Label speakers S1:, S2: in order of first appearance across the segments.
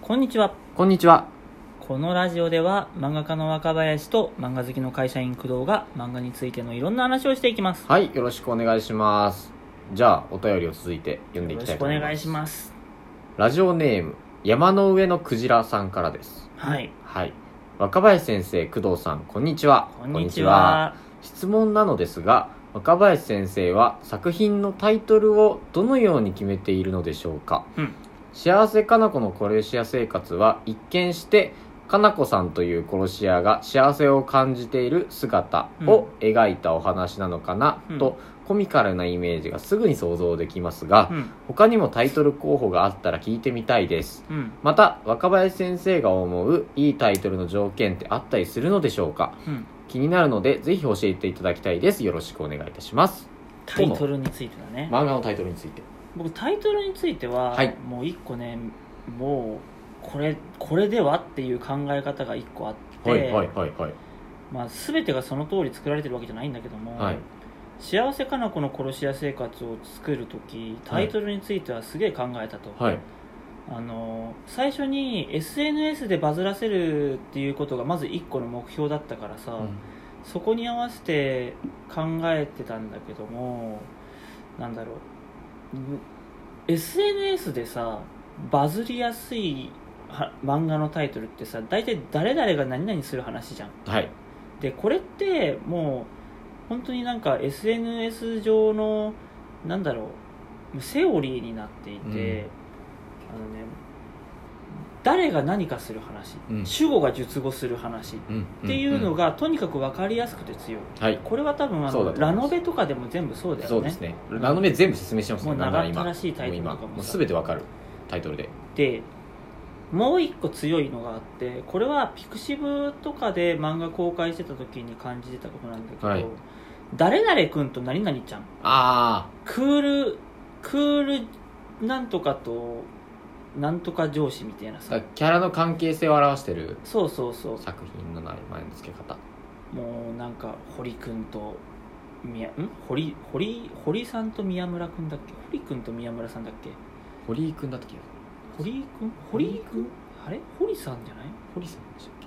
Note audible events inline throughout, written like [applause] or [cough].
S1: こんにちは。
S2: こんにちは。
S1: このラジオでは漫画家の若林と漫画好きの会社員工藤が漫画についてのいろんな話をしていきます。
S2: はい、よろしくお願いします。じゃあ、お便りを続いて読んでい
S1: よろ
S2: きた
S1: しく
S2: いと
S1: お
S2: 思います。
S1: 願いします。
S2: ラジオネーム、山の上のクジラさんからです。
S1: はい。
S2: はい。若林先生、工藤さん、こんにちは。
S1: こんにちは。
S2: こんにちは。質問なのですが、若林先生は作品のタイトルをどのように決めているのでしょうか、
S1: うん
S2: 幸せかな子の殺し屋生活は一見して、かな子さんという殺し屋が幸せを感じている姿を描いたお話なのかな、
S1: うん
S2: とコミカルなイメージがすぐに想像できますが、
S1: うん。
S2: 他にもタイトル候補があったら聞いてみたいです。
S1: うん。
S2: また、若林先生が思ういいタイトルの条件ってあったりするのでしょうか
S1: うん。
S2: 気になるので、ぜひ教えていただきたいです。よろしくお願いいたします。
S1: タイトルについてだね。
S2: 漫画のタイトルについて。
S1: 僕タイトルについては、
S2: はい
S1: もう一個ね、もうこれ、これではっていう考え方が一個あって、
S2: はいはいはいはい。
S1: まあ全てがその通り作られてるわけじゃないんだけども、
S2: はい。
S1: 幸せかなこの殺し屋生活を作る時タイトルについてはすげえ考えたと、
S2: はい。
S1: あの最初に SNS でバズらせるっていうことがまず1個の目標だったからさ、そこに合わせて考えてたんだけどもなんだろう SNS でさバズりやすいは漫画のタイトルってさ大体誰々が何々する話じゃん
S2: はい。
S1: でこれってもう本当になんか SNS 上のなんだろうセオリーになっていて、
S2: うん
S1: あのね誰が何かする話、
S2: うん
S1: 主語が述語する話っ
S2: うん
S1: ていうの、が、とにかく分かりやすくて強い
S2: うんはい。
S1: これは多分あ
S2: そうだ
S1: の
S2: と思
S1: ラ
S2: いま
S1: ノ
S2: す
S1: ベとかでも全部そうだよね
S2: そうですね。ラノベ全部説明してますね、
S1: もう
S2: なんなら
S1: 長ったらしいタイトルとか
S2: 今。
S1: も
S2: もう今、もうすべてわかるタイトルで。
S1: でもう一個強いのがあってこれはピクシブとかで漫画公開してた時に感じてたことなんだけど、
S2: はい
S1: 誰々君と何々ちゃん
S2: あ
S1: クールクールなんとかとなんとか上司みたいな
S2: ー、
S1: さ
S2: だからキャラの関係性を表してる
S1: そうそうそう
S2: 作品の名前の付け方。
S1: もうなんか堀君と宮ん堀堀堀さんと宮村君だっけ堀君と宮村さんだっけ
S2: 堀井くんだったっけ
S1: 堀君堀
S2: 堀井
S1: 君あれ堀さんじゃない
S2: 堀さんでしたっけ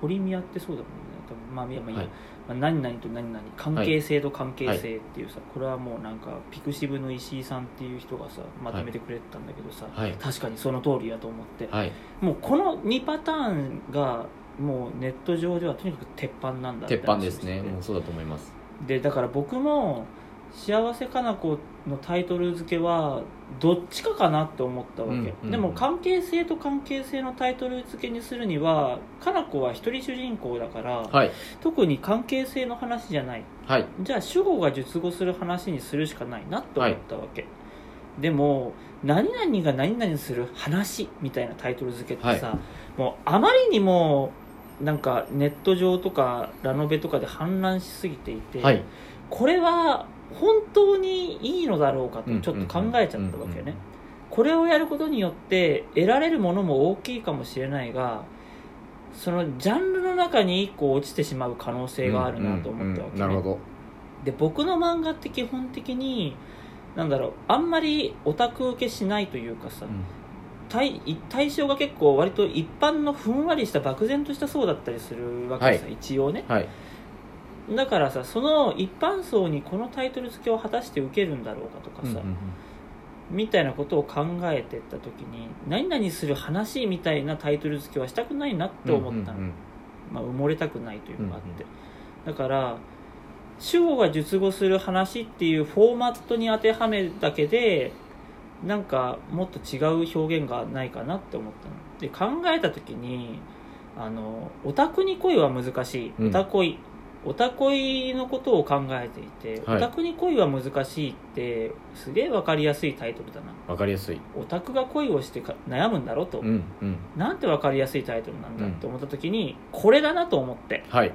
S1: 堀宮ってそうだもんね多分まあいやまあいいや、
S2: はい
S1: まあ、何々と何々関係性と関係性っていうさ、これはもうなんかピクシブの石井さんっていう人がさまとめてくれてたんだけどさ、
S2: はい
S1: 確かにその通りやと思って、
S2: はい。
S1: もうこの2パターンがもうネット上ではとにかく鉄板なんだって
S2: 鉄板です
S1: 話
S2: ね。
S1: を
S2: もう
S1: して
S2: そうだと思います。
S1: てでだから僕も「幸せかな子」のタイトル付けはどっちかかなって思ったわけ、
S2: うんうんうん
S1: でも関係性と関係性のタイトル付けにするにはかな子は一人主人公だから、
S2: はい。
S1: 特に関係性の話じゃない
S2: はい。
S1: じゃあ主語が述語する話にするしかないなと思ったわけ、でも何々が何々する話みたいなタイトル付けってさ、もうあまりにもなんかネット上とかラノベとかで氾濫しすぎていて、
S2: はい。
S1: これは本当にいいのだろうかとちょっと考えちゃったわけよ
S2: うんうんうんうん
S1: ねこれをやることによって得られるものも大きいかもしれないがそのジャンルの中に一個落ちてしまう可能性があるなと思ったわけ、ね
S2: うんうんうんなるほ
S1: で僕の漫画って基本的になんだろうあんまりオタク受けしないというかさ
S2: ど、うん
S1: 対対象が結構割と一般のふんわりした漠然とした層だったりするわけさ、
S2: は
S1: 一応ね
S2: はい
S1: だからさその一般層にこのタイトル付けを果たして受けるんだろうかとかさ、みたいなことを考えてった時に何々する話みたいなタイトル付けはしたくないなって思ったの、
S2: うんうんうん
S1: まあ、埋もれたくないというのがあって、だから主語が述語する話っていうフォーマットに当てはめるだけでなんかもっと違う表現がないかなって思ったので考えた時にあのオタクに恋は難し
S2: う
S1: い
S2: ん
S1: オタ恋、オタ恋のことを考えていて、
S2: はい
S1: オタクに恋は難しいってすげえ分かりやすいタイトルだな
S2: わかりやすい。
S1: オタクが恋をしてか悩むんだろうと、
S2: うんうん。
S1: なんて分かりやすいタイトルなんだって思った時に、これだなと思って
S2: はい。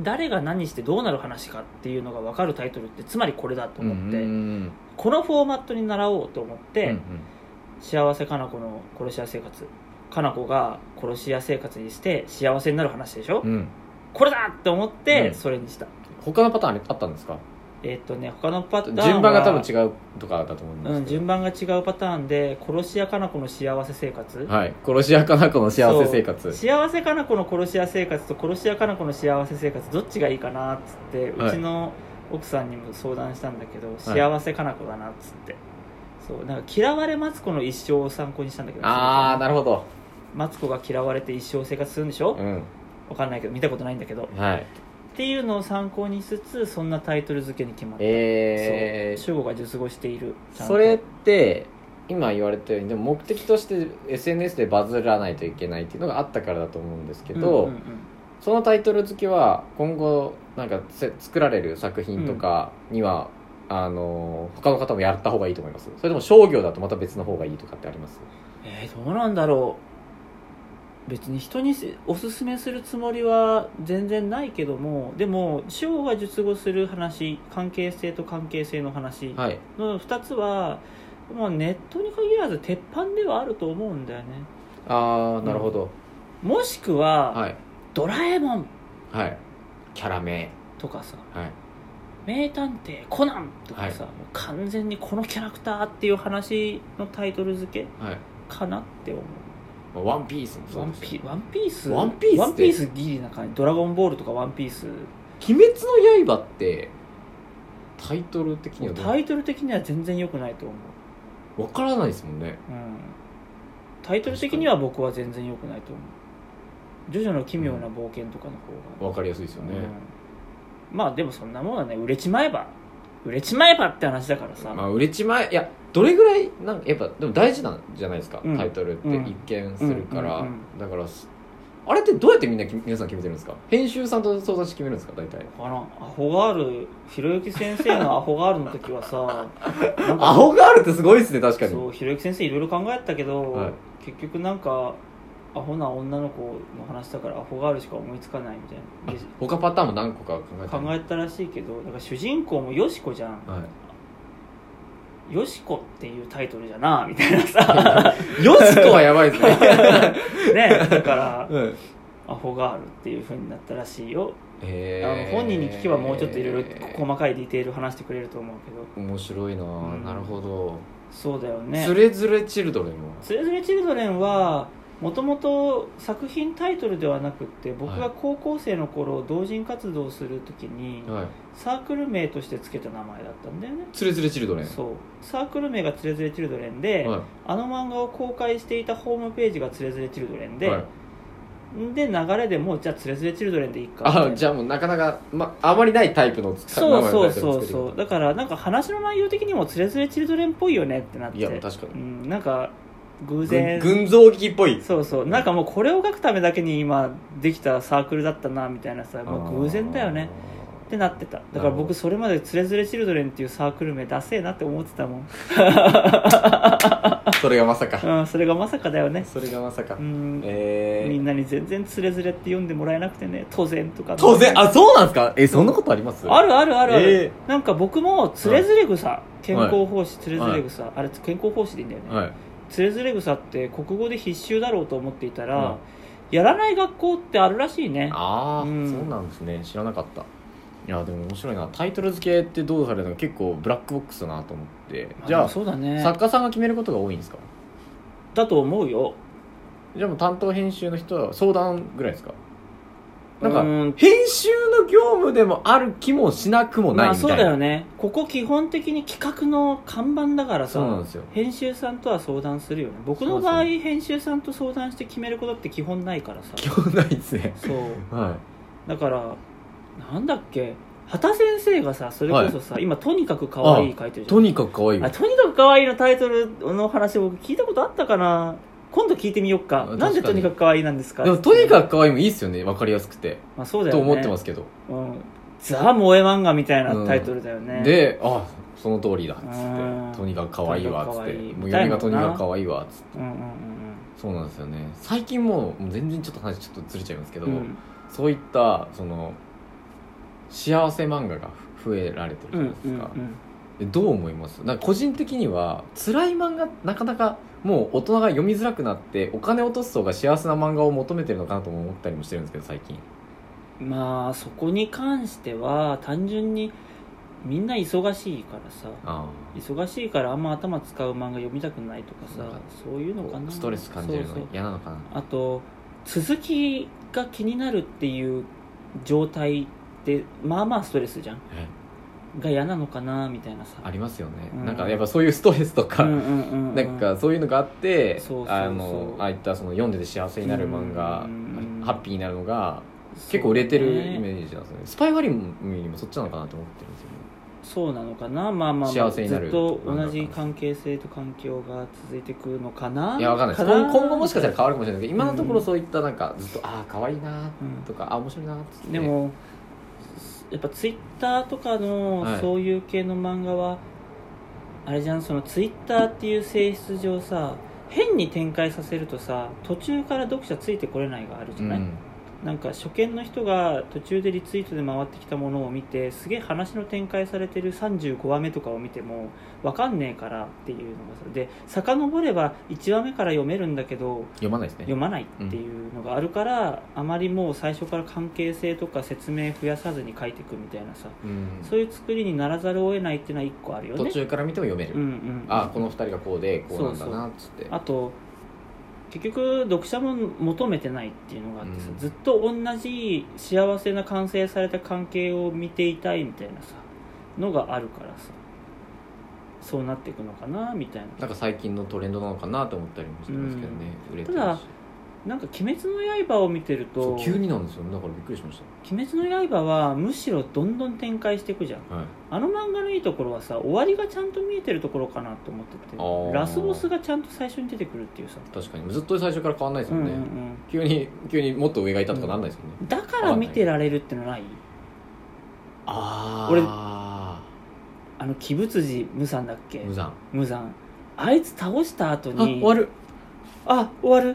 S1: 誰が何してどうなる話かっていうのが分かるタイトルってつまりこれだと思って、
S2: うんうん
S1: このフォーマットに習おうと思って「
S2: うん
S1: 幸せかな子の殺し屋生活」かな子が殺し屋生活にして幸せになる話でしょ、
S2: うんうん
S1: これだって思って
S2: うん
S1: それにした、
S2: 他のパターンあったんですか
S1: えっとね他のパターンは
S2: 順番が多分違うとかだと思うんです
S1: うん、順番が違うパターンで殺し屋かな子の幸せ生活
S2: はい殺し屋かな子の幸せ生
S1: そう
S2: 活
S1: 幸せかな子の殺し屋生活と殺し屋かな子の幸せ生活どっちがいいかなっつって、
S2: はいう
S1: ちの奥さんにも相談したんだけど、幸せかな子だなっつってそうなんか嫌われマツコの一生を参考にしたんだけど
S2: ああなるほど
S1: マツコが嫌われて一生生活するんでしょ、
S2: うん
S1: わかんないけど見たことないんだけど
S2: はい
S1: っていうのを参考にしつつそんなタイトル付けに決まった、
S2: えー、
S1: そう主語が述語しているちゃんと
S2: それって今言われたようにでも目的として SNS でバズらないといけないっていうのがあったからだと思うんですけ
S1: うん
S2: ど、
S1: うんうん
S2: そのタイトル付けは今後なんかせ作られる作品とかには、あのー他の方もやった方がいいと思いますそれとも商業だとまた別の方がいいとかってあります
S1: えー、どうなんだろう別に人にせおすすめするつもりは全然ないけどもでも主語が述語する話関係性と関係性の話
S2: はい
S1: の2つは、まあ、ネットに限らず鉄板ではあると思うんだよね
S2: ああなるほど、
S1: もしくは、
S2: はい
S1: ドラえもん」
S2: はいキャラ名
S1: とかさ
S2: はい
S1: 名探偵コナンとかさ、
S2: はい
S1: もう完全にこのキャラクターっていう話のタイトル付け
S2: はい
S1: かなって思う
S2: まあワンピースもそ
S1: ワ
S2: う
S1: ン
S2: です
S1: ピワンピース
S2: ワンピースって
S1: ワンピースギリな感じドラゴンボールとかワンピース
S2: 鬼滅の刃ってタイトル的にはどう
S1: タイトル的には全然良くないと思
S2: わからないですもんね
S1: う、うん、タイトル的には僕は全然良くないと思うジョジョの奇妙な冒険とかの方が、
S2: わかりやすいですよね、
S1: うんまあでもそんなもんはね売れちまえば売れちまえばって話だからさ、
S2: まあ売れちまえいやどれぐらいなんかやっぱでも大事なんじゃないですか、
S1: うん
S2: タイトルって
S1: うん
S2: 一見するから、
S1: うんうん
S2: だからすあれってどうやってみんなき皆さん決めてるんですか編集さんと相談して決めるんですか大体
S1: わからんアホガールひろゆき先生のアホガールの時はさなん
S2: ア
S1: か
S2: ホガールってすごいですね確かに
S1: そうひろゆき先生いろいろ考えたけど、
S2: はい
S1: 結局なんかアホな女の子の話だからアホガールしか思いつかないみたいなで
S2: 他パターンも何個か考えて
S1: 考えたらしいけどだから主人公もよしこじゃん
S2: は
S1: よしこっていうタイトルじゃなみたいな
S2: [laughs]
S1: さ
S2: い、よしこはやばいです
S1: [laughs]
S2: ね、
S1: ねだから
S2: うん、へ
S1: アホガールっていうふうになったらしいよ、
S2: え
S1: あの本人に聞けばもうちょっといろいろ細かいディテール話してくれると思うけど
S2: 面白いな、
S1: ん
S2: なるほど
S1: そうだよね
S2: ズレズレチルドレンは
S1: 「つれづれチルドレン」はもともと作品タイトルではなくって僕
S2: は
S1: が
S2: い
S1: 高校生の頃同人活動する時に
S2: はい
S1: サークル名として付けた名前だったんだよね
S2: ズレズレチルドレン
S1: そうサークル名が「つれづれチルドレンで」
S2: はい
S1: あの漫画を公開していたホームページが「つれづれチルドレンで」
S2: はい
S1: で流れでもうじゃあ「つれづれチルドレン」でいいかみたい
S2: あ
S1: な
S2: じゃあもうなかなか、まあまりないタイプのつ
S1: そうそう
S2: 名前
S1: そ
S2: のタイトル
S1: う
S2: つけてる
S1: そ
S2: 方
S1: うだからなんか話の内容的にも「つれづれチルドレン」っぽいよねってなって
S2: いや確かに
S1: うん、なんか偶
S2: 軍
S1: 然
S2: 群像劇っぽい
S1: そうそうなんかもうこれを書くためだけに今できたサークルだったなみたいなさもう偶然だよねってなってただから
S2: なるほ
S1: 僕
S2: ど
S1: それまで「つれづれチルドレン」っていうサークル名ダセえなって思ってたも
S2: [laughs]
S1: ん、
S2: あーそれがまさか
S1: うん、それがまさかだよ [laughs]
S2: [laughs]
S1: ね
S2: それがまさか
S1: うん、
S2: え
S1: みん
S2: ー
S1: なに全然「つれづれ」って読んでもらえなくてね当然とか
S2: 当然あそうなんですかえそんなことあります
S1: あるあるあるある、
S2: え
S1: なんか僕も「つれづれ草」健康奉仕つれづれ草、あれ健康奉仕でいいんだよね、
S2: はい
S1: つれづれ草って国語で必修だろうと思っていた
S2: うん
S1: ら、やらない学校ってあるらしいね
S2: ああ、
S1: うん
S2: そうなんですね知らなかったいやでも面白いなタイトル付けってどうされるのか結構ブラックボックスだなと思ってじゃ
S1: あ
S2: あ
S1: そうだね
S2: 作家さんが決めることが多いんですか
S1: だと思うよ
S2: じゃあもう担当編集の人は相談ぐらいですかな
S1: うんー
S2: か編集の業務でもある気もしなくもな
S1: まあ
S2: いみたい
S1: そう
S2: な、
S1: だよねここ基本的に企画の看板だから
S2: そうなん
S1: さ
S2: ですよ
S1: 編集さんとは相談するよね僕
S2: そ
S1: の
S2: うそう
S1: 場合編集さんと相談して決めることって基本ないからさ
S2: 基本ないですね
S1: そう
S2: は
S1: だからなんだっけ畑先生がさそれこそさ、今「とにかく可愛い書いてる
S2: い
S1: じゃん
S2: とにかく可愛い
S1: あとにかく可愛いのタイトルの話僕聞いたことあったかな今度聞いてみよっか
S2: あ確かに
S1: なんでとにかく可愛いなんですか
S2: でもとにかく可愛いもいいですよね分かりやすくて、
S1: まあそうだよ
S2: と
S1: ね
S2: 思ってますけど、
S1: うん、ザ・萌え漫画みたいなタイトルだよね、
S2: であその通りだっつっ
S1: うん
S2: てとにかく可愛いわっつっ
S1: とにかく可
S2: て
S1: 愛い
S2: もう嫁がとにかく可愛いわっつって
S1: うんうんうん
S2: そうなんですよね最近もうもう全然ちょっと話ちょっとずれちゃいますけど、
S1: うんうん
S2: そういったその幸せ漫画が増えられてる
S1: う
S2: じゃ
S1: ん
S2: ないですか、
S1: うん
S2: でどう思いますなんか個人的には辛い漫画なかなかもう大人が読みづらくなってお金落とす層が幸せな漫画を求めてるのかなとも思ったりもしてるんですけど最近
S1: うんまあそこに関しては単純にみんな忙しいからさ
S2: あ
S1: 忙しいからあんま頭使う漫画読みたくないとか
S2: なん
S1: さ
S2: か
S1: そういうのか
S2: あ
S1: な
S2: ストレス感じる
S1: そう
S2: の
S1: そう
S2: 嫌なのかな
S1: あと続きが気になるっていう状態ってまあまあストレスじゃん
S2: はい
S1: が嫌なのかなみたいなさ
S2: ありますよね、
S1: うん
S2: なんかやっぱそういうストレスとか、
S1: うんうんうんうん
S2: なんかそういうのがあって、
S1: そうそうそう
S2: あのああいったその読んでて幸せになる漫画、
S1: うん
S2: ハッピーになるのが結構売れて
S1: そう
S2: る
S1: ね
S2: イメージなんですよねスパイファリムにもそっちなのかなと思ってるんですよね
S1: そうなのかなまあまあ、まあ、
S2: 幸せになる
S1: ずっと同じ関係性と環境が続いてくのかないい
S2: やわかんないです今今後もしかしたら変わるかもしれないけど今のところ
S1: うん
S2: そういったなんかずっとああ可愛いな
S1: うん
S2: とか、ああ面白いなっつって
S1: でもやっぱツイッターとかの
S2: はい
S1: そういう系の漫画は、あれじゃんそのツイッターっていう性質上さ変に展開させるとさ途中から読者ついてこれないがあるじ
S2: う
S1: ゃ
S2: ん
S1: ない、なんか初見の人が途中でリツイートで回ってきたものを見てすげえ話の展開されてる35話目とかを見てもわかんねえからっていうのがさで遡れば1話目から読めるんだけど
S2: 読まないですね
S1: 読まないっていうのがあるから、あまりもう最初から関係性とか説明増やさずに書いていくみたいなさ
S2: うん
S1: そういう作りにならざるを得ないっていうのは一個あるよね
S2: 途中から見ても読める、
S1: うんうん
S2: ああこの二人がこうでこうなんだなっつって
S1: あと結局読者も求めてないっていうのがあってさ、
S2: うん
S1: ずっと同じ幸せな完成された関係を見ていたいみたいなさのがあるからさそうなっていくのかなみたいな
S2: なんか最近のトレンドなのかなと思ったりもしてますけどね、売れてるした
S1: だなんか「鬼滅の刃」を見てる
S2: そ
S1: と
S2: う急になんですよねだからびっくりしまし
S1: 鬼滅の刃」はむしろどんどん展開していくじゃん
S2: た、はい、
S1: あの漫画のいいところはさ終わりがちゃんと見えてるところかなと思って
S2: あー
S1: てラスボスがちゃんと最初に出てくるっていうさ、
S2: 確かにずっと最初から変わんないです
S1: う
S2: も
S1: ん
S2: ん
S1: うんう
S2: ね、
S1: ん
S2: 急に急にもっと上がいたとかなんないですもんね、
S1: だから見てられるってのない
S2: あ
S1: あの鬼舞辻無惨だっけ
S2: 俺無惨
S1: 無惨あいつ倒した後
S2: あ
S1: に
S2: 終わる
S1: あ終わる